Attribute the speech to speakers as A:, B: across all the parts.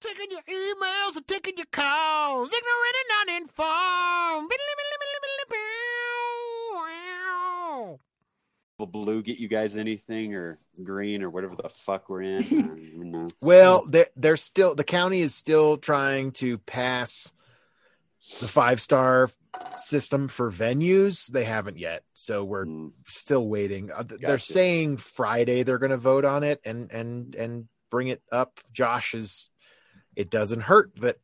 A: taking your emails and taking your calls. Ignorant and uninformed.
B: Will blue get you guys anything or green or whatever the fuck we're in? I don't even know.
C: Well, they're, they're still the county is still trying to pass the five star system for venues. They haven't yet, so we're
B: Mm,
C: still waiting. Uh, th- They're
B: Gotcha.
C: saying Friday they're going to vote on it and and and bring it up. Josh is. It doesn't hurt that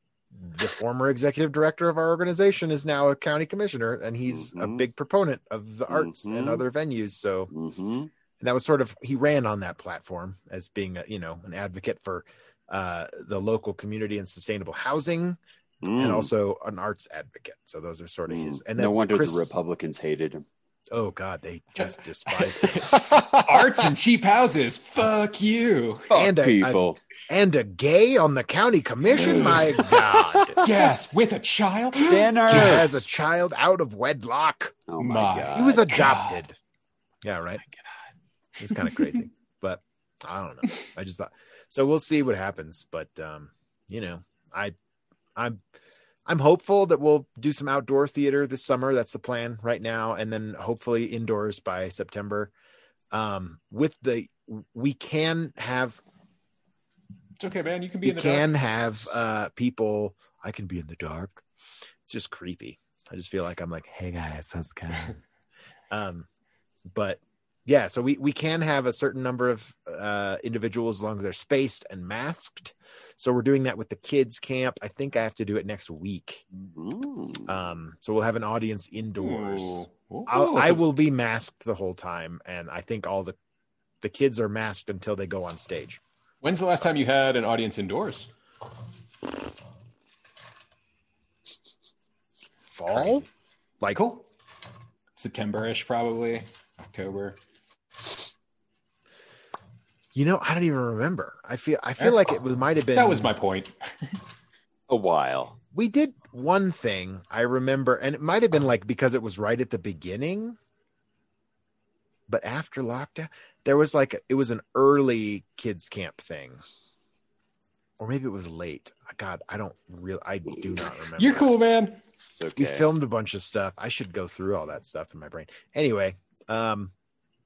C: the former executive director of our organization is now a county commissioner, and he's a
B: Mhm.
C: big proponent of the arts and
B: Mhm.
C: other venues. So
B: mhm.
C: and that was sort of he ran on that platform as being a, you know an advocate for uh, the local community and sustainable housing,
B: Mm.
C: and also an arts advocate. So those are sort of his.
B: Mm.
C: And that's
B: no wonder
C: Chris,
B: the Republicans hated him.
C: Oh God, they just despised him.
D: Arts and cheap houses. Fuck you.
B: Fuck
C: And I- I-
B: people.
C: and a gay on the county commission. My God,
D: Yes, with a child.
B: Dinner.
C: he has a child out of wedlock.
B: oh my,
D: My.
B: god.
C: He was
D: God.
C: adopted. Yeah, right. It's kind of crazy, but I don't know. I just thought so. We'll see what happens, but um, you know, I, I'm, I'm hopeful that we'll do some outdoor theater this summer. That's the plan right now, and then hopefully indoors by September. Um, with the we can have
D: It's okay, man. You can be
C: we
D: in the
C: can have uh people. I can be in the dark. It's just creepy. I just feel like I'm like, hey guys, how's it going? um but yeah so we we can have a certain number of uh individuals as long as they're spaced and masked so we're doing that with the kids camp i think i have to do it next week
B: Mm.
C: um so we'll have an audience
D: dark.
C: indoors
D: Ooh.
C: I'll,
D: Ooh.
C: i will be masked the whole time and i think all the the kids are masked until they go on stage
D: When's the last time you had an audience indoors?
C: fall like
D: Cool. September-ish, probably October.
C: you know i don't even remember i feel i feel like it was might have been
D: That was my point.
B: a while.
C: we did one thing I remember, and it might have been like because it was right at the beginning, but after lockdown, there was like it was an early kids camp thing, or maybe it was late. God, I don't real, I do not remember.
D: You're cool, man.
B: It's okay.
C: We filmed a bunch of stuff. I should go through all that stuff in my brain. Anyway, um,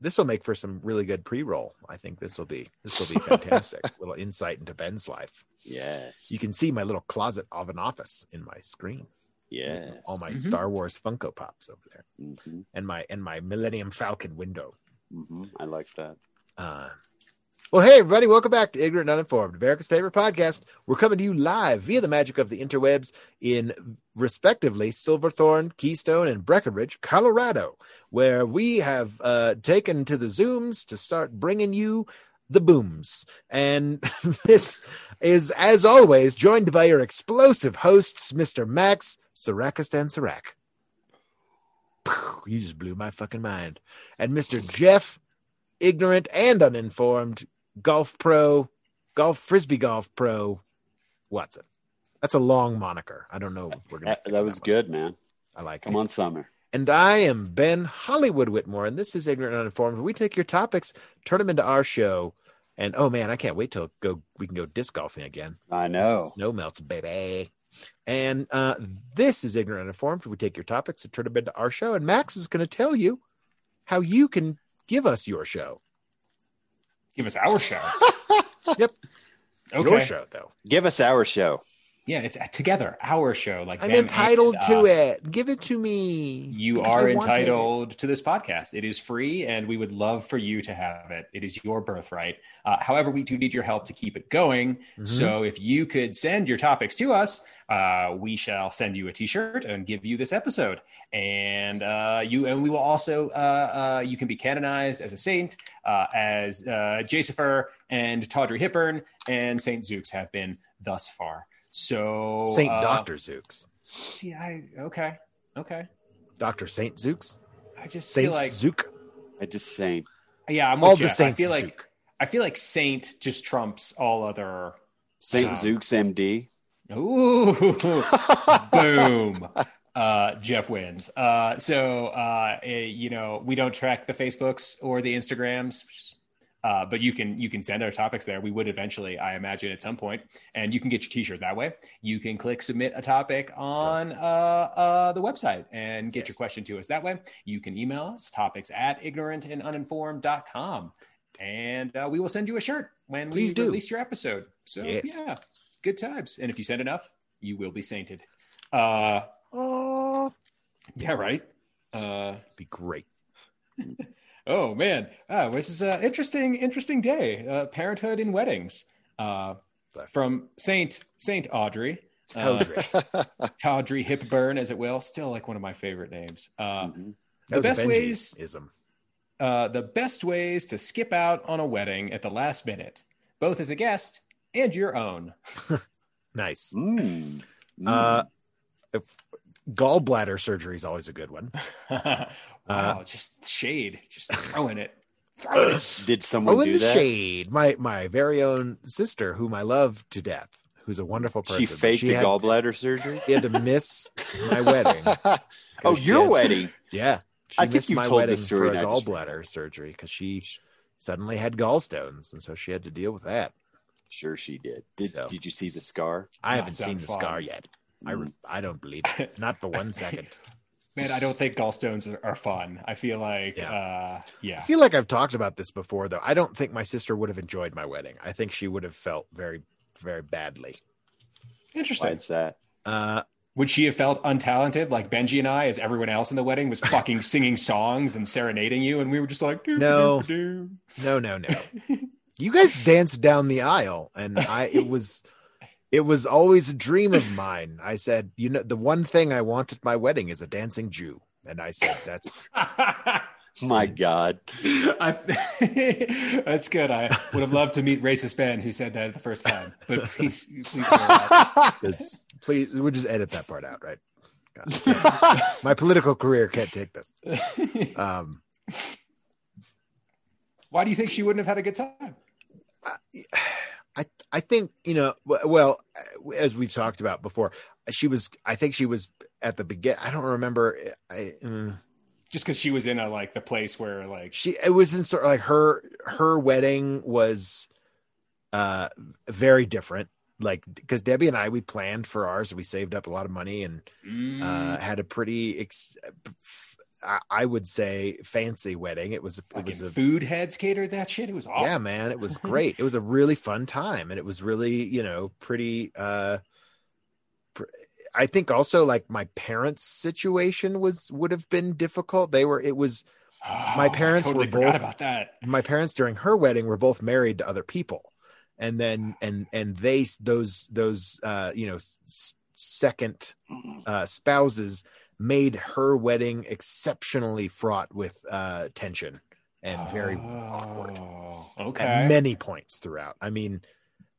C: this will make for some really good pre-roll. I think this will be this will be fantastic. little insight into Ben's life.
B: yes.
C: You can see my little closet of an office in my screen
B: Yes.
C: all Oh my
D: Mhm.
C: Star Wars Funko Pops over there,
B: hmm
C: and my and my Millennium Falcon window.
B: hmm I like that.
C: Uh, well, hey everybody, welcome back to Ignorant and Uninformed, America's favorite podcast. We're coming to you live via the magic of the interwebs in respectively Silverthorne, Keystone, and Breckenridge, Colorado, where we have uh, taken to the Zooms to start bringing you the booms. And this is, as always, joined by your explosive hosts, Mr. Max Sarakistan Sarak. You just blew my fucking mind. And Mr. Jeff, ignorant and uninformed, golf pro, golf frisbee golf pro, Watson. That's a long moniker. I don't know. If we're gonna
B: That,
C: stick
B: that
C: with
B: was
C: one.
B: good, man.
C: I like it.
B: Come on, Summer.
C: And I am Ben Hollywood Whitmore, and this is Ignorant and Uninformed. where We take your topics, turn them into our show, and oh man, I can't wait till go we can go disc golfing again.
B: I know.
C: Snow melts, baby. And uh, this is Ignorant and Informed. We take your topics and turn them into our show. And Max is going to tell you how you can give us your show.
D: Give us our show.
C: Yep.
D: Okay.
C: Your show, though.
B: Give us our show.
D: Yeah, it's together. Our show. Like
C: I'm
D: them
C: entitled
D: and
C: to
D: us.
C: it. Give it to me.
D: You
C: because
D: are
C: I want it.
D: entitled to this podcast. It is free, and we would love for you to have it. It is your birthright. Uh, however, we do need your help to keep it going.
C: Mhm.
D: So, if you could send your topics to us, uh, we shall send you a T-shirt and give you this episode. And uh, you and we will also uh, uh, you can be canonized as a saint, uh, as uh, Jasifer and Tawdry Hepburn and Saint Zooks have been thus far. So,
C: Saint
D: uh,
C: Doctor Zooks.
D: See, I okay, okay.
C: Doctor Saint Zooks.
D: I just
C: Saint
D: feel like
C: Zook.
B: I just saying.
D: Yeah, I'm
C: All
D: with
C: the
D: Jeff.
C: Saints.
D: I feel like
C: Zook.
D: I feel like Saint just trumps all other.
B: St.
C: Uh,
D: Um,
B: Zook's MD.
D: Ooh, boom! Uh, Jeff wins. Uh, so uh, eh, you know we don't track the Facebooks or the Instagrams. Uh, but you can you can send our topics there. We would eventually, I imagine, at some point, and you can get your T-shirt that way. You can click submit a topic on uh, uh, the website and get
C: Yes.
D: your question to us that way. You can email us topics at ignorantanduninformed.com, and uh, we will send you a shirt when
C: Please
D: we
C: do.
D: release your episode. So
C: Yes.
D: yeah, good times. And if you send enough, you will be sainted. Uh,
C: Oh,
D: yeah, right. Uh,
C: be great.
D: Oh man, oh, this is an interesting, interesting day. Uh, parenthood and weddings. Uh, from Saint Saint Audrey, uh,
C: Audrey.
B: Mm-hmm.
D: Tawdry Hipburn, as it will. Still like one of my favorite names. Uh,
B: Mhm.
C: That
D: the
C: was
D: best
C: a
D: ways-
C: Benjiism.
D: uh, the best ways to skip out on a wedding at the last minute, both as a guest and your own.
C: Nice.
B: Mm. Mm.
C: Uh, if- gallbladder surgery is always a good one.
D: wow,
C: Uh,
D: just shade, just throwing it, throwing it.
B: Did someone
C: Oh, in
B: do
C: the
B: that?
C: shade, my my very own sister, whom I love to death, who's a wonderful person.
B: She faked a
C: had-
B: gallbladder surgery.
C: She had to miss my wedding.
B: oh,
C: 'cause she
B: your
C: had-
B: wedding.
C: Yeah, she
B: I think
C: missed
B: you've
C: my
B: told
C: wedding
B: this story
C: for a
B: and I just remembered.
C: gallbladder surgery because she suddenly had gallstones, and so she had to deal with that.
B: Sure, she did. Did
C: So.
B: Did you see the scar? Mm,
C: I
D: Not
C: haven't seen
D: done
C: the
D: fun.
C: scar yet. I re- I don't believe it. Not for one second.
D: Man, I don't think gallstones are, are fun. I feel like,
C: Yeah.
D: uh,
C: I
D: yeah.
C: feel like I've talked about this before, though. I don't think my sister would have enjoyed my wedding. I think she would have felt very, very badly.
B: Why
D: Interesting.
B: is that?
C: Uh,
D: Would she have felt untalented like Benji and I, as everyone else in the wedding was fucking singing songs and serenading you, and we were just like, doo,
C: No.
D: doo,
C: no, no, no. you guys danced down the aisle, and I it was, it was always a dream of mine. I said, you know, the one thing I want at my wedding is a dancing Jew, and I said, that's
B: My God.
D: I, that's good. I would have loved to meet racist Ben who said that the first time, but please, please. don't.
C: that's- please. We'll just edit that part out, right? My political career can't take this. Um,
D: Why do you think she wouldn't have had a good time?
C: I I think you know w- well uh, as we've talked about before she was I think she was at the begin I don't remember I mm,
D: Just because she was in a like the place where like
C: she it was in sort of like her her wedding was uh very different like because Debbie and I we planned for ours we saved up a lot of money and uh
D: Mm.
C: had a pretty ex- uh, I, I would say fancy wedding it was it
D: fucking
C: was a
D: food heads catered that shit. It was
C: yeah
D: awesome.
C: man it was great it was a really fun time and it was really you know pretty uh pr- i think also like my parents situation was would have been difficult they were it was
D: Oh,
C: My parents
D: I totally
C: were
D: forgot
C: both-
D: about that.
C: my parents during her wedding were both married to other people and then and and they those those uh you know s- second uh spouses made her wedding exceptionally fraught with uh tension and very awkward
D: Oh,
C: at
D: Ah, Okay.
C: many points throughout i mean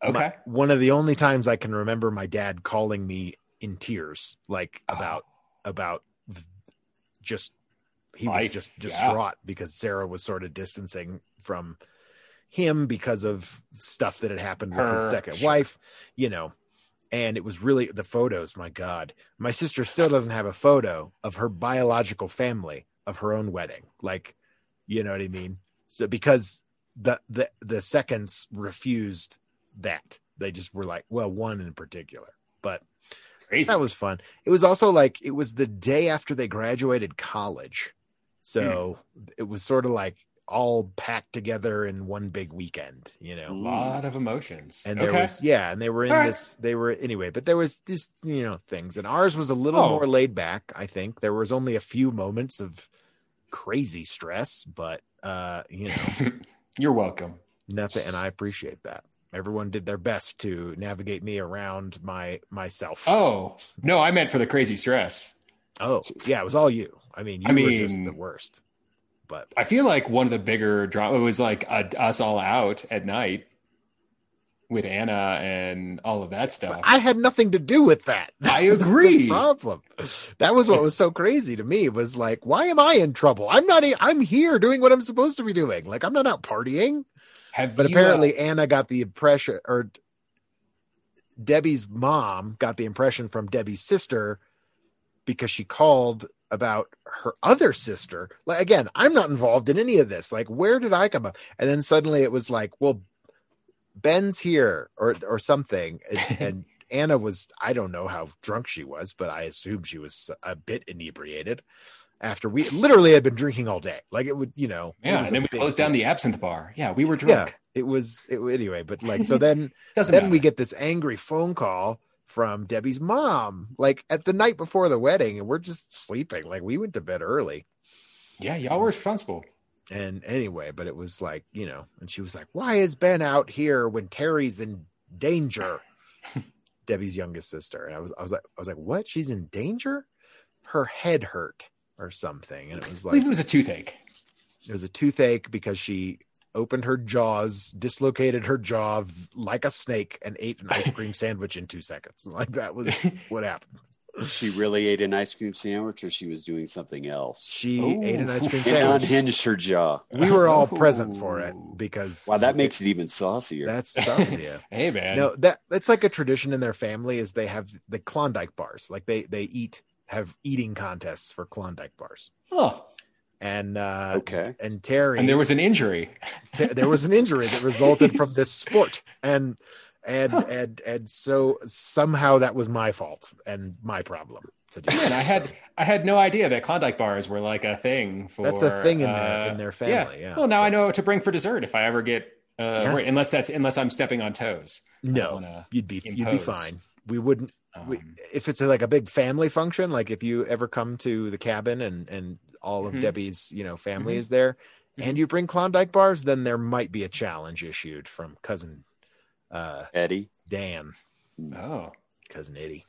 D: okay.
C: my- one of the only times I can remember my dad calling me in tears, like
D: Oh.
C: about about th- just he was
D: Life,
C: just
D: yeah.
C: distraught because Sarah was sort of distancing from him because of stuff that had happened with his
D: Her,
C: second
D: sure.
C: wife, you know. And it was really the photos. My God, my sister still doesn't have a photo of her biological family of her own wedding. Like, you know what I mean? So because the the the seconds refused that. They just were like, well, one in particular. But
D: Crazy.
C: that was fun. It was also like it was the day after they graduated college. So
D: Hmm.
C: it was sort of like all packed together in one big weekend, you know.
D: a
B: Mm.
D: lot of emotions.
C: And there
D: okay.
C: was yeah, and they were in
D: All right.
C: this they were anyway, but there was just you know things. And ours was a little
D: Oh.
C: more laid back, I think. There was only a few moments of crazy stress, but uh, you know,
D: You're welcome.
C: nothing and i appreciate that everyone did their best to navigate me around my myself oh,
D: Oh no, I meant for the crazy stress.
C: yeah it was all you i mean you
D: I
C: were just
D: mean-
C: the worst but
D: I feel like one of the bigger drama was like a, us all out at night with Anna and all of that stuff.
C: i had nothing to do with that
D: I
C: That was the
D: agree.
C: problem that was what was so crazy to me was like why am i in trouble i'm not e- i'm here doing what i'm supposed to be doing like i'm not out partying
D: Have
C: but
D: you, uh,
C: apparently anna got the impression or debbie's mom got the impression from debbie's sister because she called about her other sister. Like again, I'm not involved in any of this. Like, where did I come up? And then suddenly it was like, well, Ben's here or or something. And, and Anna was I don't know how drunk she was, but I assume she was a bit inebriated after we literally had been drinking all day. Like it would, you know. it
D: Yeah,
C: was
D: and
C: a
D: then we
C: big
D: closed
C: thing.
D: down the absinthe bar. Yeah, we were drunk.
C: Yeah, it was it, anyway. But like, so then
D: Doesn't
C: then
D: matter.
C: we get this angry phone call from Debbie's mom, like at the night before the wedding, and we're just sleeping. Like we went to bed early.
D: yeah, y'all were responsible.
C: And anyway, but it was like, you know, and she was like, Why is Ben out here when Terry's in danger? Debbie's youngest sister. And I was I was like, I was like, What? She's in danger? Her head hurt or something. And it was
D: I
C: like
D: believe it was a toothache.
C: it was a toothache because she opened her jaws, dislocated her jaw v- like a snake, and ate an ice cream sandwich in two seconds. Like that was what happened.
B: She really ate an ice cream sandwich, or she was doing something else.
C: She
D: Ooh.
C: ate an ice cream
B: It
C: sandwich.
B: unhinged her jaw.
C: We were all present for it
B: Oh.
D: Ooh.
C: because
B: Wow, that makes it even saucier.
C: that's tough, yeah.
D: Hey man,
C: No, that that's like a tradition in their family is they have the Klondike bars. Like they they eat have eating contests for Klondike bars.
D: Huh.
C: And uh
B: okay.
C: and Terry
D: and there was an injury.
C: Te- there was an injury that resulted from this sport and and
D: Huh.
C: and and so somehow that was my fault and my problem to do.
D: Man, I had I had no idea that Klondike bars were like a thing for.
C: That's a thing in
D: uh,
C: their in their family. Yeah.
D: Well, now
C: So-
D: I know what to bring for dessert if I ever get. Uh,
C: Yeah.
D: right, unless that's unless I'm stepping on toes. I
C: No,
D: don't wanna,
C: you'd be you'd be
D: impose.
C: fine. We wouldn't we,
D: um,
C: if it's like a big family function like if you ever come to the cabin and and all of
D: Mhm.
C: debbie's you know family
D: Mhm.
C: is there and
D: Mhm.
C: you bring klondike bars then there might be a challenge issued from cousin uh
B: Eddie,
C: dan
D: oh,
C: cousin eddie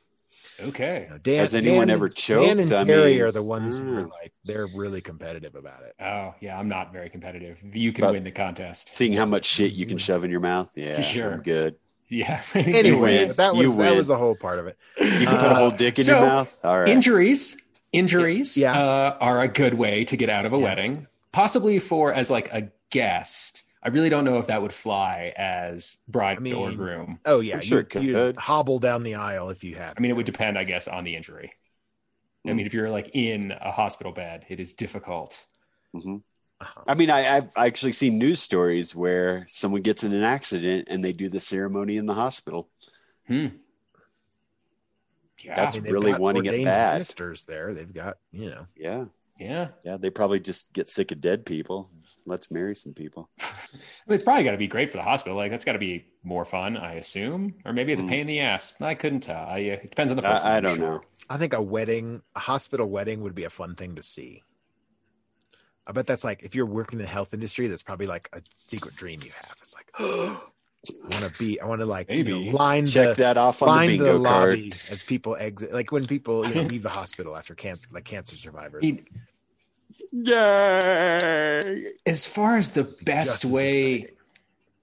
D: okay.
C: You know, dan
B: Has anyone
C: Dan
B: ever
C: is-
B: choked?
C: dan and
B: I
C: terry
B: mean,
C: are the ones who are
B: mm.
C: like they're really competitive about it
D: Oh, yeah, I'm not very competitive. You can
B: But-
D: win the contest.
B: seeing how much shit you can
C: Mm-hmm.
B: shove in your mouth. Yeah,
D: Sure.
B: I'm good.
D: Yeah.
C: anyway
B: win.
C: that was
B: You
C: that
B: win.
C: was the whole part of it
B: You can put a
D: Uh,
B: whole dick in
D: so,
B: your mouth. All right.
D: Injuries, injuries
C: Yeah.
D: uh, are a good way to get out of a
C: Yeah.
D: wedding, possibly for as like a guest. I really don't know if that would fly as bride
C: I mean-
D: or groom.
C: oh yeah
B: I'm sure
C: you,
B: it could.
C: you hobble down the aisle if you have
D: I mean, it would depend, I guess, on the injury. I
B: Mm.
D: mean, if you're like in a hospital bed, it is difficult.
B: hmm
C: Uh-huh.
B: I mean, I, I've actually seen news stories where someone gets in an accident and they do the ceremony in the hospital.
D: Hmm. Yeah.
B: That's-
C: I mean, they've
B: really
C: got
B: wanting it
C: ordained
B: bad.
C: ministers there they've got you know
B: Yeah.
D: yeah.
B: Yeah. They probably just get sick of dead people. Let's marry some people.
D: I mean, it's probably got to be great for the hospital. Like that's got to be more fun, I assume, or maybe it's a
B: Mm.
D: pain in the ass. I couldn't tell. I, uh, it depends on the person.
B: I, I
D: I'm
B: don't
D: sure.
B: know.
C: I think a wedding, a hospital wedding would be a fun thing to see. I bet that's like if you're working in the health industry, that's probably like a secret dream you have. It's like I want to be, I want to like you know,
D: Maybe.
C: line
B: Check
C: the
B: that off on the
C: line the
B: bingo card.
C: lobby as people exit, like when people you know, leave the hospital after cancer, like cancer survivors.
D: It-
B: Yay!
D: as far as the
C: Just
D: best
C: as
D: way
C: exciting.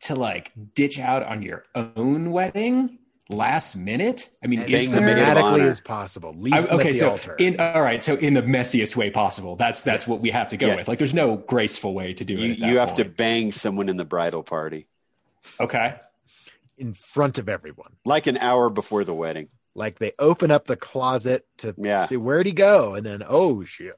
D: to like ditch out on your own wedding last minute, I mean,
C: And
D: is
C: as
B: being the
D: there-
B: maid of
C: dramatically
B: honor.
C: as possible, leave
D: I-
C: them at
D: okay,
C: the
D: so
C: altar.
D: in all right, so in the messiest way possible. That's that's
C: Yes.
D: what we have to go
B: Yeah.
D: with. Like, there's no graceful way to do it.
B: You,
D: at that
B: you have to
D: point.
B: bang someone in the bridal party
D: Okay.
C: in front of everyone.
B: like an hour before the wedding.
C: Like they open up the closet to
B: Yeah.
C: see where'd he go, and then oh shit,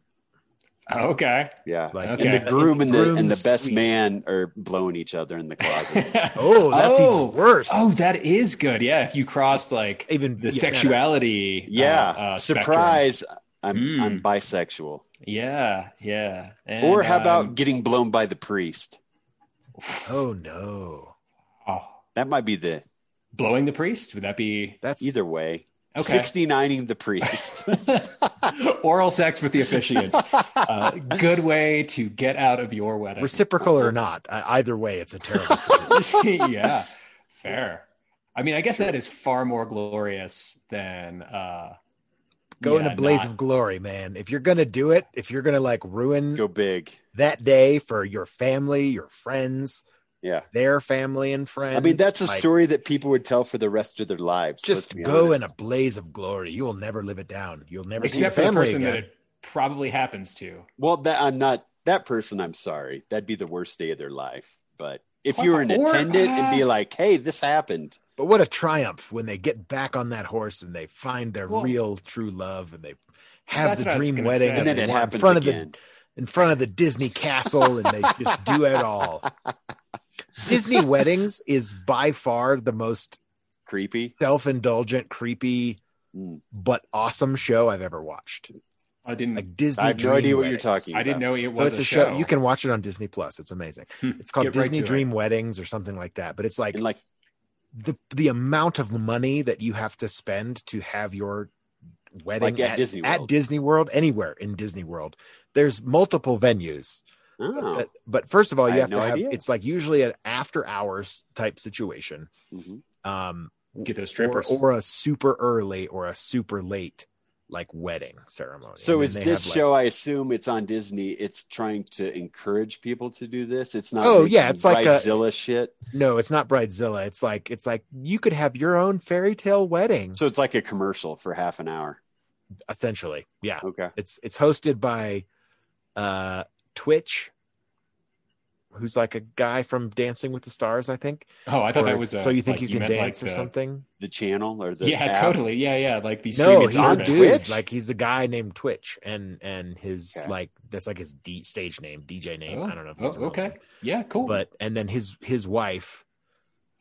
D: Okay.
B: Yeah.
C: like
D: Okay.
B: And the groom and the, and the
C: groom's
B: best
C: suite.
B: man are blowing each other in the
D: Uh,
B: closet.
C: Oh, that's even worse.
D: Oh, that is good. Yeah, if you cross like
C: even
D: the
C: yeah,
D: sexuality. uh,
B: yeah.
D: uh, spectrum.
B: Surprise. I'm,
D: Mm.
B: I'm bisexual.
D: Yeah, yeah. And,
B: or how about
D: um,
B: getting blown by the priest?
C: Oh no,
D: oh,
B: That might be the
D: blowing the priest? Would that be
C: that's
B: either way.
D: okay?
B: 69ing the priest.
D: Oral sex with the officiant. Uh, good way to get out of your wedding.
C: reciprocal or not. Uh, either way, it's a terrible. situation.
D: yeah, fair. I mean, I guess that is far more glorious than uh,
C: Go in
D: yeah,
C: a blaze
D: not-
C: of glory, man. If you're gonna do it, if you're gonna like ruin
B: Go big.
C: that day for your family, your friends,
B: Yeah.
C: their family and friends,
B: I mean, that's a
C: like,
B: story that people would tell for the rest of their lives. let's
C: Just
B: be
C: go in
B: honest.
C: a blaze of glory. You will never live it down. You'll never see your
D: except for the
C: family
D: person
C: again.
D: that it probably happens to.
B: Well, that I'm not that person. I'm sorry. That'd be the worst day of their life. But if you were an
D: Or-
B: attendant and be like, "Hey, this happened,"
C: But what a triumph when they get back on that horse and they find their
D: Well-
C: real true love and they have
D: That's what
C: the
D: I was
C: dream
D: gonna
C: wedding
D: say.
B: and then it
C: they want
B: happens
C: in front of the
B: again.
C: in front of the Disney castle and they just do it all. Disney weddings is by far the most
B: Creepy.
C: self-indulgent, creepy,
B: Mm.
C: but awesome show I've ever watched.
D: I didn't.
C: Like Disney.
B: I have no
C: Dream
B: idea what
C: Weddings.
B: you're talking.
D: I didn't
B: about.
D: know it
C: Hmm.
D: was
C: So it's
D: a,
C: a show. You can watch it on Disney Plus. It's amazing.
D: Hmm.
C: It's called
D: Get right
C: Disney
D: to it.
C: Dream Weddings or something like that. But it's like
B: And like
C: the the amount of money that you have to spend to have your wedding
B: Like at Disney
C: at
B: World.
C: Disney World, anywhere in Disney World. There's multiple venues.
B: oh,
C: Uh, but first of all,
B: I
C: you
B: had
C: have
B: no
C: to have
B: idea.
C: it's like usually an after hours type situation.
B: mhm.
C: Um
D: get those
C: or,
D: strippers.
C: or a super early or a super late like wedding ceremony.
B: so
C: And
B: is
C: then they
B: this
C: have, like-
B: show? I assume it's on Disney. It's trying to encourage people to do this. It's not.
C: Oh,
B: making
C: yeah, it's like a-
B: Bridezilla shit.
C: no, it's not Bridezilla. It's like it's like you could have your own fairy tale wedding
B: So it's like a commercial for half an hour.
C: essentially. Yeah.
B: Okay.
C: It's it's hosted by uh Twitch, who's like a guy from Dancing with the Stars, I think.
D: oh, I thought
C: Or-
D: that was. Uh,
C: so you think
D: like
C: you can
D: meant, like, uh,
C: dance
D: the-
C: or something?
B: The channel or the
D: yeah,
B: app?
D: totally. Yeah, yeah. Like the
C: No,
D: streaming
C: he's
B: on
C: a
D: service.
B: Twitch.
C: dude. Like he's a guy named Twitch, and and his
B: Okay.
C: like that's like his D, stage name, DJ name.
D: Oh,
C: I don't know. If
D: oh,
C: his real
D: okay.
C: name.
D: Yeah, cool.
C: but and then his his wife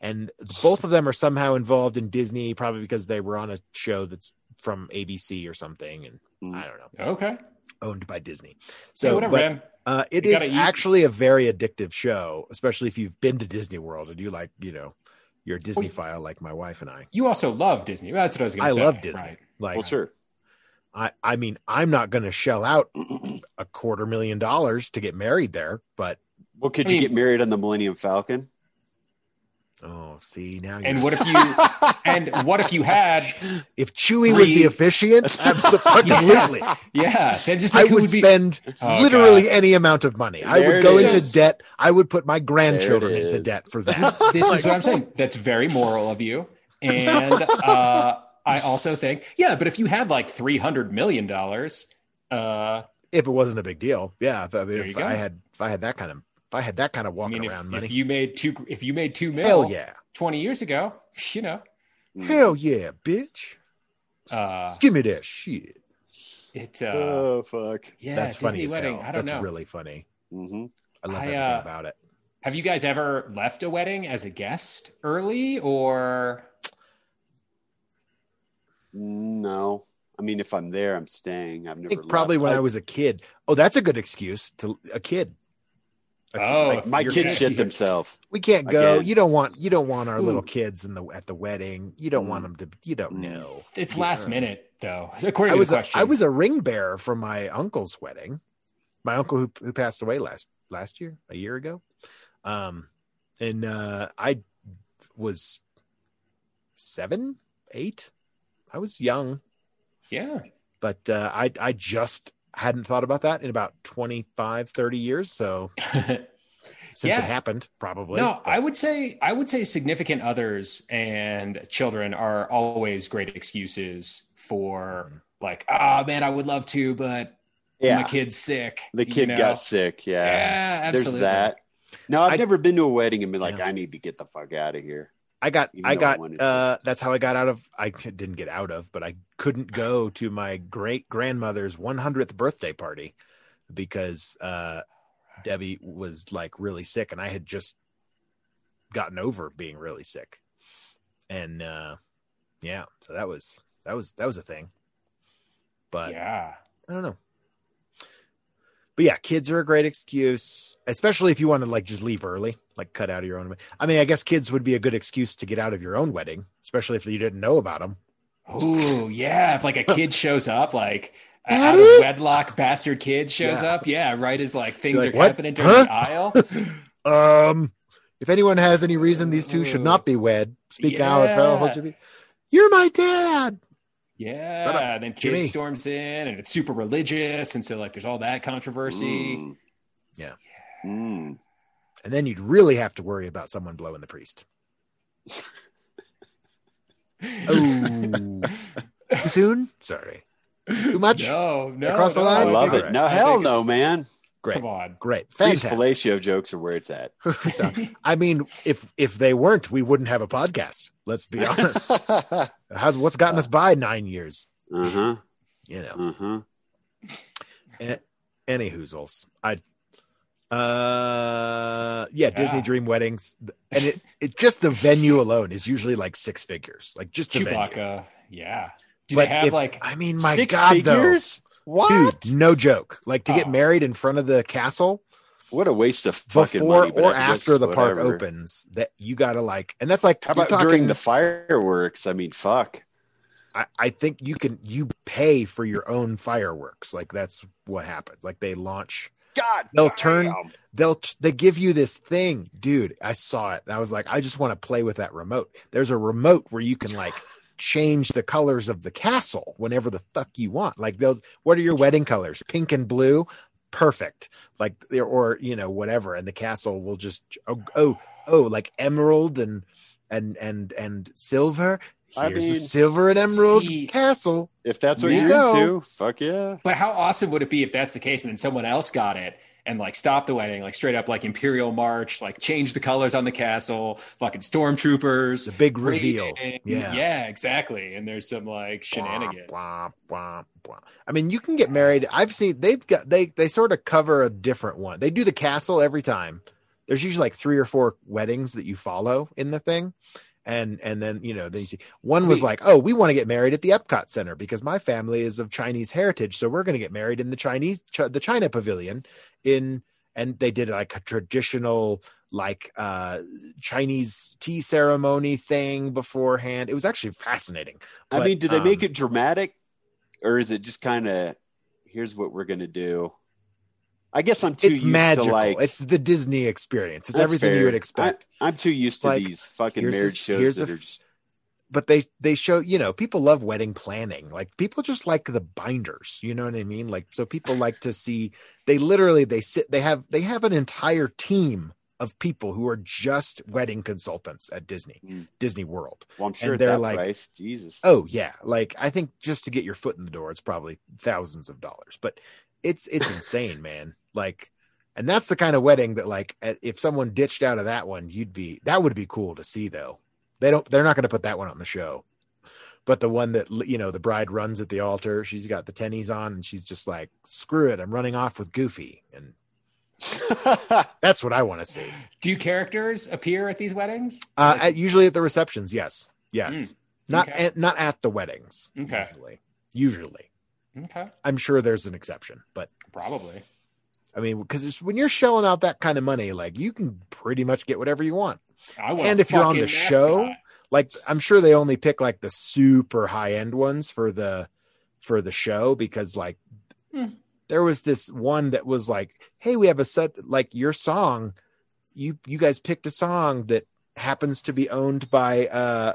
C: and both of them are somehow involved in disney probably because they were on a show that's from abc or something and
B: Mm.
C: i don't know
D: okay.
C: owned by disney
D: So
C: so
D: whatever,
C: but,
D: man.
C: uh, it
D: You
C: is
D: gotta eat.
C: actually a very addictive show especially if you've been to disney world and you like you know you're a disney file like my wife and i
D: You also love Disney. That's what I was going
C: I
D: to say.
C: love Disney.
D: Right.
C: like
B: Well, sure.
C: i i mean i'm not going to shell out a quarter million dollars to get married there but
B: Well, could
D: I
B: you
D: mean-
B: get married on the Millennium Falcon?
C: oh see now
D: And
C: you're-
D: what if you? and what if you had?
C: if chewy was the
D: Three-
C: officiant absolutely
D: Yeah, then just
C: I
D: like who
C: would
D: would be?
C: spend
D: Oh,
C: literally any amount of money. I
B: There
C: would
B: it
C: go into
B: is.
C: debt. I would put my grandchildren
B: There it
C: into
B: is.
C: debt for that.
D: this is what I'm saying. That's very moral of you. And uh, I also think, yeah, but if you had like three hundred million dollars, uh,
C: if it wasn't a big deal, yeah. If, I mean,
D: There you
C: if
D: go.
C: I had, if I had that kind of, if I had that kind of
D: I
C: walking
D: mean, if,
C: around
D: if
C: money,
D: you made two, if you made two mil,
C: hell yeah,
D: twenty years ago, you know,
B: Hmm.
C: hell yeah, bitch,
D: uh,
C: give me that shit.
D: it. Uh,
B: oh fuck.
D: yeah,
C: That's funny
D: Disney
C: as
D: wedding.
C: hell.
D: I don't
C: That's
D: know.
C: really funny.
B: hmm
C: I love
D: I,
C: everything
D: uh,
C: about it.
D: Have you guys ever left a wedding as a guest early or?
B: No, I mean, if I'm there, I'm staying. I've never.
C: I think probably
B: left.
C: when I, was a kid. Oh, that's a good excuse to a kid. A kid,
D: Oh,
C: like,
B: my
D: your
B: kid
D: kids-
B: shit themselves.
C: we can't go.
B: Again.
C: You don't want you don't want our
B: Ooh.
C: little kids in the at the wedding. You don't want them to. You don't
B: Mm.
C: know.
D: It's
C: Yeah.
D: last minute though, according
C: I
D: to
C: was
D: the
C: a,
D: question.
C: I was a ring bearer for my uncle's wedding. My uncle who who passed away last last year, a year ago. Um and uh I was 7, 8. I was young,
D: yeah.
C: but uh I I just hadn't thought about that in about 25 30 years so since
D: Yeah.
C: it happened probably
D: No, I would say I would say significant others and children are always great excuses
C: um,
D: for like, ah, man, I would love to, but
B: Yeah,
D: my kid's sick.
B: the
D: you
B: kid
D: know?
B: got sick. Yeah,
D: Yeah,
B: there's
D: absolutely.
B: that. No, I've
C: I-
B: never been to a wedding and been like,
C: Yeah.
B: I need to get the fuck out of here.
C: I got,
B: Even though
C: I
B: I
C: got,
B: wanted to.
C: uh, that's how I got out of, I c- didn't get out of, but I couldn't go to my great grandmother's 100th birthday party because, uh, Debbie was like really sick and I had just gotten over being really sick. And, uh, yeah, so that was, that was, that was a thing. But
D: yeah.
C: I don't know. But yeah, kids are a great excuse, especially if you want to like just leave early, like cut out of your own. I mean, I guess kids would be a good excuse to get out of your own wedding, especially if you didn't know about them.
D: Ooh, yeah. If like a kid shows up, like a out
C: Daddy?
D: of wedlock bastard kid shows
C: Yeah.
D: up, yeah, right as like things
C: like,
D: are
C: "What?
D: happening during
C: Huh?"
D: the aisle.
C: Um, if anyone has any reason these two should not be wed, speak now at fellow
D: Yeah.
C: LGBT. You're my dad. Shut up,
D: Yeah, and then kid
C: Jimmy.
D: storms in and it's super religious, and so like there's all that controversy.
B: Mm.
C: Yeah.
B: Mm.
C: And then you'd really have to worry about someone blowing the priest. Oh, too soon? Sorry. Too much?
D: No, no.
C: Across the
D: no,
B: I
C: line?
B: love
D: think-
B: it.
C: Alright.
B: No,
D: I
B: hell
D: think
B: no,
D: it's-
B: man.
C: Great.
D: Come on.
C: Great.
B: These
C: Fantastic.
B: fellatio jokes are where it's at.
C: So, I mean, if if they weren't, we wouldn't have a podcast. Let's be honest.
B: uh
C: How's what's gotten us by nine years?
B: huh.
C: You know.
B: Uh huh.
C: A- any hoozles. I uh yeah, Disney
D: Yeah.
C: Dream Weddings. And it it just the venue alone is usually like six figures. Like just the venue.
D: Chewbacca. Yeah. Do
C: But
D: they have
C: if-
D: like
C: I mean my
B: Six
C: god though.
B: figures? What?
C: Dude, no joke. Like to get
D: Oh.
C: married in front of the castle
B: what a waste of fucking
C: before
B: money. but
C: or
B: I guess
C: after the park
B: whatever.
C: opens that you gotta like and that's like
B: How
C: you're
B: about during
C: talking-
B: the fireworks? I mean, fuck.
C: I, I think you can you pay for your own fireworks. Like that's what happens. Like they launch
B: God,
C: They'll turn-
B: damn.
C: they'll they give you this thing, dude. I saw it. And I was like, I just want to play with that remote. There's a remote where you can like change the colors of the castle whenever the fuck you want. Like they'll what are your wedding colors? Pink and blue. Perfect. Like or you know whatever and the castle will just oh oh, oh like emerald and and and and silver.
B: I
C: Here's the
B: mean,
C: silver and emerald
D: see-
C: castle.
B: If that's what
D: Yeah.
B: you're into, fuck yeah.
D: But how awesome would it be if that's the case and then someone else got it and like stopped the wedding, like straight up like Imperial March, like changed the colors on the castle, fucking stormtroopers.
C: the big reveal.
D: raiding.
C: Yeah.
D: Yeah, exactly. And there's some like shenanigans.
C: Blah, blah, blah, blah. I mean, you can get married. I've seen they've got they they sort of cover a different one. They do the castle every time. There's usually like three or four weddings that you follow in the thing. And and then you know they see one was
D: Wait.
C: like oh we want to get married at the Epcot Center because my family is of Chinese heritage so we're going to get married in the Chinese chi- the China Pavilion in and they did like a traditional like uh Chinese tea ceremony thing beforehand it was actually fascinating
B: I
C: But,
B: mean, do they make
C: um,
B: it dramatic, or is it just kind of here's what we're gonna do? I guess I'm too
C: it's
B: used
C: magical.
B: to like
C: it's the Disney experience. It's
B: That's
C: everything you
B: fair.
C: would expect.
B: I, am too used to
C: Like,
B: these fucking
C: here's
B: marriage
C: this- here's
B: shows that
C: a-
B: are just
C: but they they show you know people love wedding planning. Like people just like the binders. You know what I mean? Like so people like to see. They literally they sit. They have they have an entire team of people who are just wedding consultants at Disney
B: Mm.
C: Disney World.
B: well, I'm sure at
C: they're
B: that
C: like,
B: price, Jesus.
C: Oh yeah, like I think just to get your foot in the door, it's probably thousands of dollars. But it's it's insane, man. Like, and that's the kind of wedding that like eh, if someone ditched out of that one, you'd be that would be cool to see though. They don't. They're not going to put that one on the show. But the one that you know, the bride runs at the altar. She's got the tennies on, and she's just like, "Screw it, I'm running off with Goofy." And that's what I want to see.
D: Do characters appear at these weddings?
C: Uh,
D: Like-
C: at, usually at the receptions, yes, yes,
D: Mm,
C: not
D: okay.
C: at, not at the weddings.
D: Okay.
C: Usually, usually.
D: okay.
C: I'm sure there's an exception, but
D: Probably.
C: I mean, because when you're shelling out that kind of money, like you can pretty much get whatever you want.
D: I want a
C: And if you're on
D: fucking
C: the show,
D: mascot.
C: Like I'm sure they only pick like the super high end ones for the for the show because like
D: Hmm.
C: there was this one that was like, hey, we have a set like your song. You you guys picked a song that happens to be owned by uh,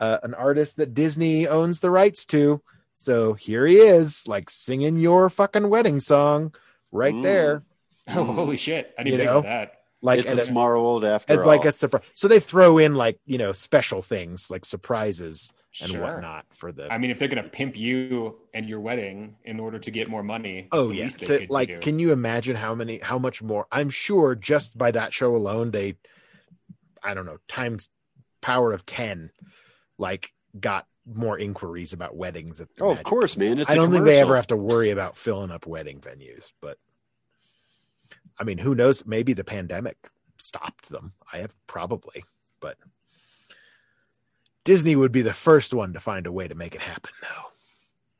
C: uh an artist that Disney owns the rights to. So here he is, like singing your fucking wedding song right
B: Mm.
C: there.
D: Oh, holy shit. I didn't
C: You
D: think of
C: know?
D: that.
C: like
B: it's
C: and
B: a
C: it-
B: small world after
C: as
B: all.
C: like a surprise. So they throw in like you know special things like surprises and
D: Sure.
C: whatnot for the.
D: I mean, if they're going to pimp you and your wedding in order to get more money, that's
C: oh
D: the
C: yeah,
D: least they
C: To-
D: could
C: like
D: do.
C: can you imagine how many how much more? I'm sure just by that show alone they, I don't know times power of ten, like got more inquiries about weddings at the
B: oh, of
C: Magic.
B: course, man. It's
C: I
B: a
C: don't think
B: commercial.
C: they ever have to worry about filling up wedding venues, but I mean, who knows? Maybe the pandemic stopped them. I have probably, but Disney would be the first one to find a way to make it happen, though.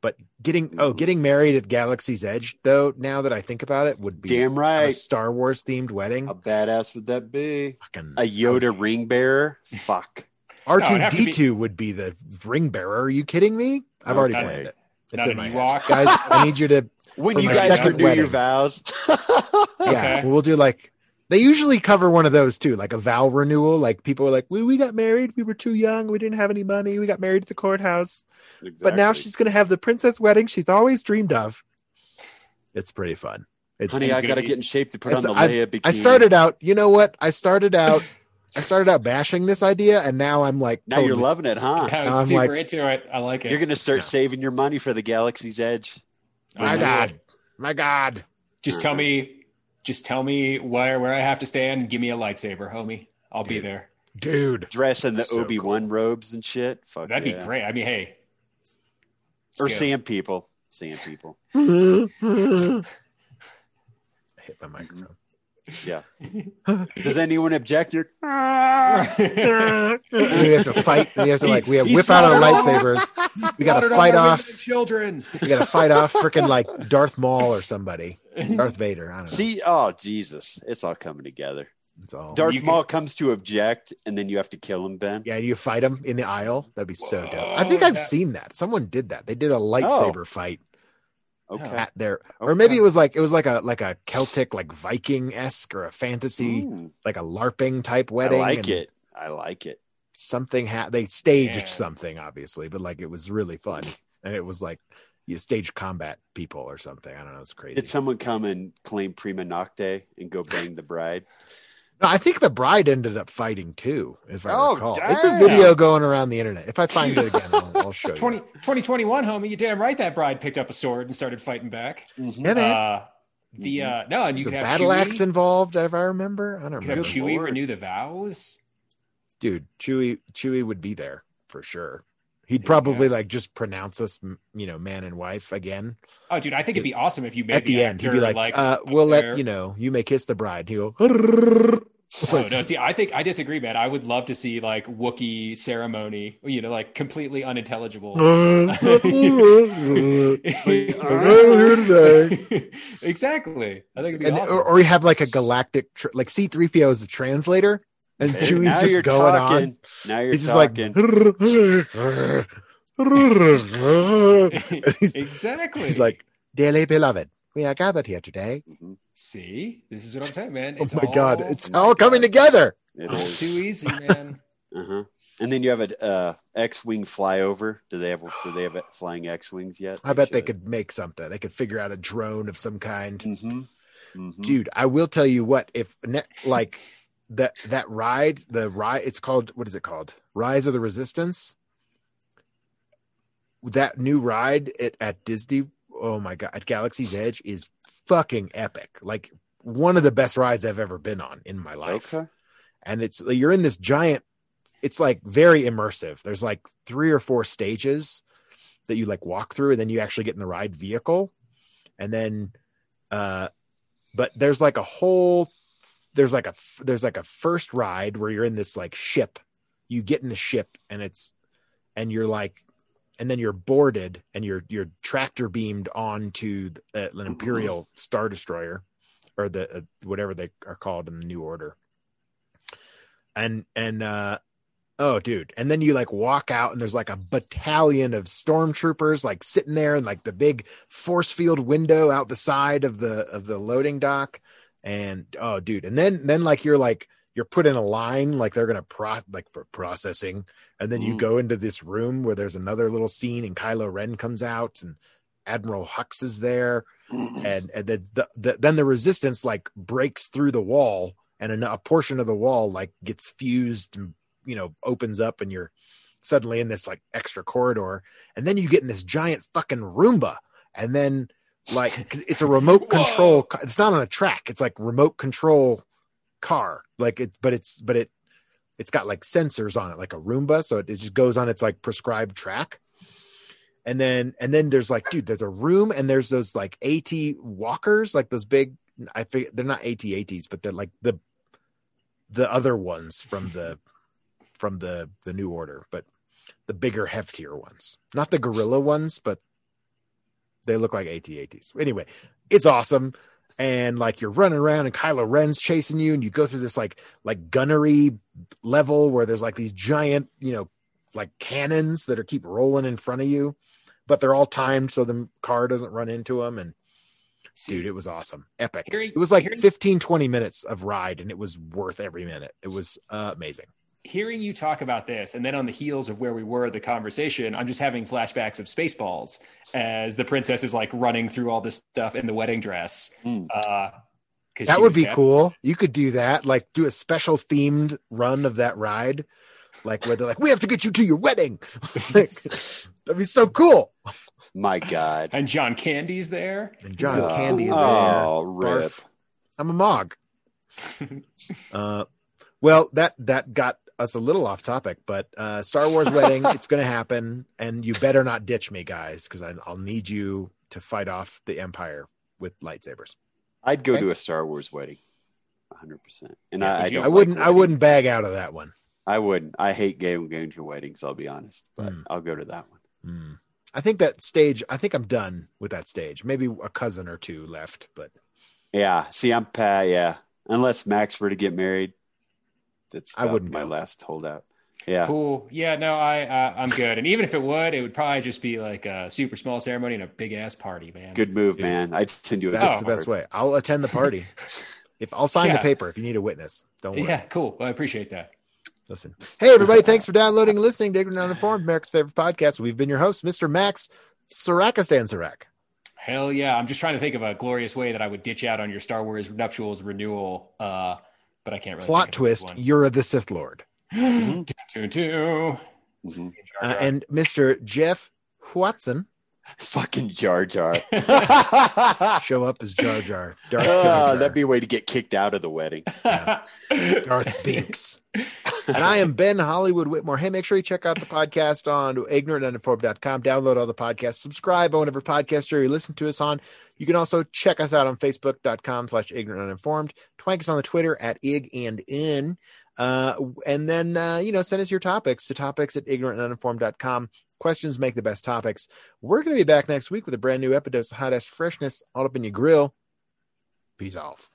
C: But getting oh,
B: Mhm.
C: getting married at Galaxy's Edge, though. Now that I think about it, would be
B: Damn
C: a
B: right.
C: Star Wars themed wedding.
B: How badass would that be?
C: Fucking
B: A Yoda ring bearer? Fuck.
C: R
D: No,
C: two
D: it'd have to
C: D
D: be-
C: two would be the ring bearer. Are you kidding me? I've already
D: Okay.
C: planned it. It's
D: Not
C: in my
D: an Ewok.
C: head. guys. I need you to
B: When
C: For
B: you
D: my
B: guys
D: second
B: renew your
C: wedding.
B: vows.
C: Yeah,
D: Okay.
C: we'll do like they usually cover one of those too, like a vow renewal. Like people are like, "We we got married. We were too young. We didn't have any money. We got married at the courthouse. But now
B: Exactly.
C: she's gonna have the princess wedding she's always dreamed of." It's pretty fun. It's,
B: Honey,
D: It's
B: I
D: gonna
B: gotta
D: be-
B: get in shape to put on the
C: It's-
B: Leia bikini.
C: I started out. You know what? I started out. I started out bashing this idea, and now I'm like,
B: Now you're
C: totally-
B: loving it, huh?
D: Yeah, I
C: I'm
D: was super
C: like-
D: into it. I like it.
B: You're gonna start
C: Yeah.
B: saving your money for the Galaxy's Edge.
C: My
D: I'm
C: God,
D: good.
C: my God.
D: Just tell me, just tell me where where I have to stand. and Give me a lightsaber, homie. I'll be
C: Dude.
D: there.
C: Dude,
B: Dress in the
C: So
B: Obi Wan robes and shit. Fuck
D: That'd
B: yeah.
D: be great. I mean, hey,
B: Or
D: Let's go.
B: sand people. seeing people.
C: I hit my microphone.
B: Yeah. Does anyone object? You're
C: And we have to fight. and We have to like we have
D: He- he
C: whip out our
D: slaughtered
C: lightsabers. We got to
D: Slaughtered all
C: fight
D: my
C: off.
D: women and children.
C: We got to fight off freaking like Darth Maul or somebody. Darth Vader. I don't know.
B: see, oh Jesus, it's all coming together.
C: it's all.
B: Darth
D: You can-
B: Maul comes to object, and then you have to kill him, Ben.
C: yeah, you fight him in the aisle. That'd be so dope. I
D: Whoa,
C: think I've
D: that-
C: seen that. Someone did that. They did a lightsaber fight
B: Oh. Okay.
C: at their, Uh, or maybe it was like it was like a like a Celtic like Viking esque or a fantasy
B: Ooh,
C: like a LARPing type
B: I
C: wedding.
B: like
C: and
B: it. I like it.
C: Something ha- they staged
D: Man.
C: something obviously, but like it was really fun and it was like you staged combat people or something. I don't know. It's crazy.
B: Did someone come and claim prima nocte and go bang the bride?
C: No, I think the bride ended up fighting too, if I
B: Oh,
C: recall. It's a
B: damn.
C: video going around the internet. If I find it again, I'll, I'll show
D: 20,
C: you.
D: 2021, homie, you damn right that bride picked up a sword and started fighting back.
B: Mhm.
C: Yeah, man.
D: Uh, the uh, no, and you
C: There's a
D: could have
C: battle
D: Chewie,
C: axe involved, if I remember. I don't
D: You could have
C: remember.
B: Good
D: Chewie
B: lord.
D: renew the vows.
C: Dude, Chewy Chewy would be there for sure. He'd probably like just pronounce us, m- you know, man and wife again
D: Oh, dude, I think it'd be awesome if you made
C: at the end. He'd be
D: actor,
C: like, uh, "We'll
D: up
C: let
D: there.
C: you know. You may kiss the bride." He'll go.
D: Oh, no, see, I think I disagree, man. I would love to see like Wookiee ceremony, you know, like completely unintelligible.
C: I'm here today.
D: exactly. I think it'd be
C: And,
D: awesome.
C: or, or you have like a galactic, tr- like C-3PO is the translator, and
B: Hey,
C: Chewie's just going on.
B: talking. Now you're
C: He's just like,
B: talking.
C: he's,
D: exactly.
C: he's like, dearly beloved, we are gathered here today.
B: Mhm.
D: see, this is what I'm saying, man.
C: Oh
D: It's
C: my God,
D: all-
C: it's
B: my
C: all coming
B: God.
C: together.
B: It
D: all
B: is.
D: too easy, man.
B: Uh-huh. And then you have a uh, X-wing flyover. Do they have do they have flying X-wings yet?
C: I bet they could make something. They could figure out a drone of some kind.
B: hmm hmm
C: Dude, I will tell you what, if ne- like that that ride, the ride it's called what is it called? Rise of the Resistance. That new ride at, at Disney, oh my god, at Galaxy's Edge is fucking epic. Like one of the best rides I've ever been on in my life.
B: Okay.
C: and it's you're in this giant it's like very immersive there's like three or four stages that you like walk through and then you actually get in the ride vehicle and then uh but there's like a whole there's like a f- there's like a first ride where you're in this like ship you get in the ship and it's and you're like and then you're boarded and you're you're tractor beamed onto uh, an imperial star destroyer or the uh, whatever they are called in the new order and and uh oh dude and then you like walk out and there's like a battalion of stormtroopers like sitting there in like the big force field window out the side of the of the loading dock and oh dude and then then like you're like you're put in a line like they're gonna pro like for processing and then you
B: Mm.
C: go into this room where there's another little scene and kylo ren comes out and admiral hux is there and and then the, the then the resistance like breaks through the wall and an, a portion of the wall like gets fused and you know opens up and you're suddenly in this like extra corridor and then you get in this giant fucking roomba and then like 'cause it's a remote control ca- it's not on a track it's like remote control car like it but it's but it it's got like sensors on it like a roomba so it, it just goes on its like prescribed track and then and then there's like dude there's a room and there's those like at walkers like those big i think they're not at ats but they're like the the other ones from the from the the new order but the bigger heftier ones not the gorilla ones but they look like at ats anyway it's awesome and like you're running around and Kylo Ren's chasing you and you go through this like like gunnery level where there's like these giant you know like cannons that are keep rolling in front of you but they're all timed so the car doesn't run into them and
D: See,
C: dude it was awesome epic
D: Here-
C: it was like
D: here-
C: 15 20 minutes of ride and it was worth every minute it was uh, amazing
D: hearing you talk about this and then on the heels of where we were the conversation i'm just having flashbacks of spaceballs as the princess is like running through all this stuff in the wedding dress
B: Mm.
D: uh 'cause
C: that
D: she
C: would
D: was
C: be
D: cap-
C: cool you could do that like do a special themed run of that ride like where they're like we have to get you to your wedding Like, that'd be so cool
B: My God.
D: and john candy's there
C: and john
B: Oh,
C: candy is there
B: oh, rip.
C: Barf. I'm a mog. uh, well, that that got us a little off topic, but uh, Star Wars wedding, it's going to happen, and you better not ditch me, guys, because I'll need you to fight off the Empire with lightsabers.
B: I'd go
C: Okay.
B: to a Star Wars wedding, 100. percent And
D: Yeah,
B: I,
D: would
B: I
D: you?
B: don't.
C: I wouldn't.
B: like
C: I
B: weddings.
C: wouldn't bag out of that one.
B: I wouldn't. I hate going going to weddings. I'll be honest, but
C: Mm.
B: I'll go to that one.
C: Hmm. I think that stage. I think I'm done with that stage. Maybe a cousin or two left, but
B: Yeah. See, I'm pa. Yeah. Unless Max were to get married, that's
C: I
B: about
C: wouldn't
B: my
C: go.
B: last holdout. Yeah.
D: Cool. Yeah, no, I uh, I'm good. And even if it would, it would probably just be like a super small ceremony and a big ass party, man.
B: Good move,
C: Dude.
B: man. I'd send you a
C: that's
B: gift
C: the best
B: card.
C: way. I'll attend the party. if I'll sign
D: Oh.
C: the
D: Yeah.
C: paper if you need a witness. Don't worry.
D: Yeah, cool. I appreciate that.
C: Listen. Hey, everybody. Thanks for downloading and listening to Ignorant Uninformed, America's favorite podcast. We've been your hosts, Mr. Max Sarakistan Sarak.
D: Hell yeah. I'm just trying to think of a glorious way that I would ditch out on your Star Wars nuptials renewal. Uh, but I can't really
C: Plot
D: think of a good
C: twist
D: one.
C: You're the Sith Lord.
D: Toon, toon, toon.
B: Mhm.
C: Uh, and Mr. Jeff Watson
B: Fucking Jar Jar.
C: show up as Jar Jar.
B: Oh,
C: Darth, Jar Jar,
B: Ah. that'd be a way to get kicked out of the wedding.
C: Darth Binks. and I am Ben Hollywood Whitmore. Hey, make sure you check out the podcast on ignorantuninformed.com. Download all the podcasts. Subscribe on whatever podcaster you listen to us on. You can also check us out on facebook.com slash ignorant uninformed. Twank us on the Twitter at ig and in. Uh, and then, uh, you know, send us your topics to topics at ignorantuninformed.com. Questions make the best topics. We're going to be back next week with a brand new episode of Hot Ass Freshness all up in your grill. Peace off.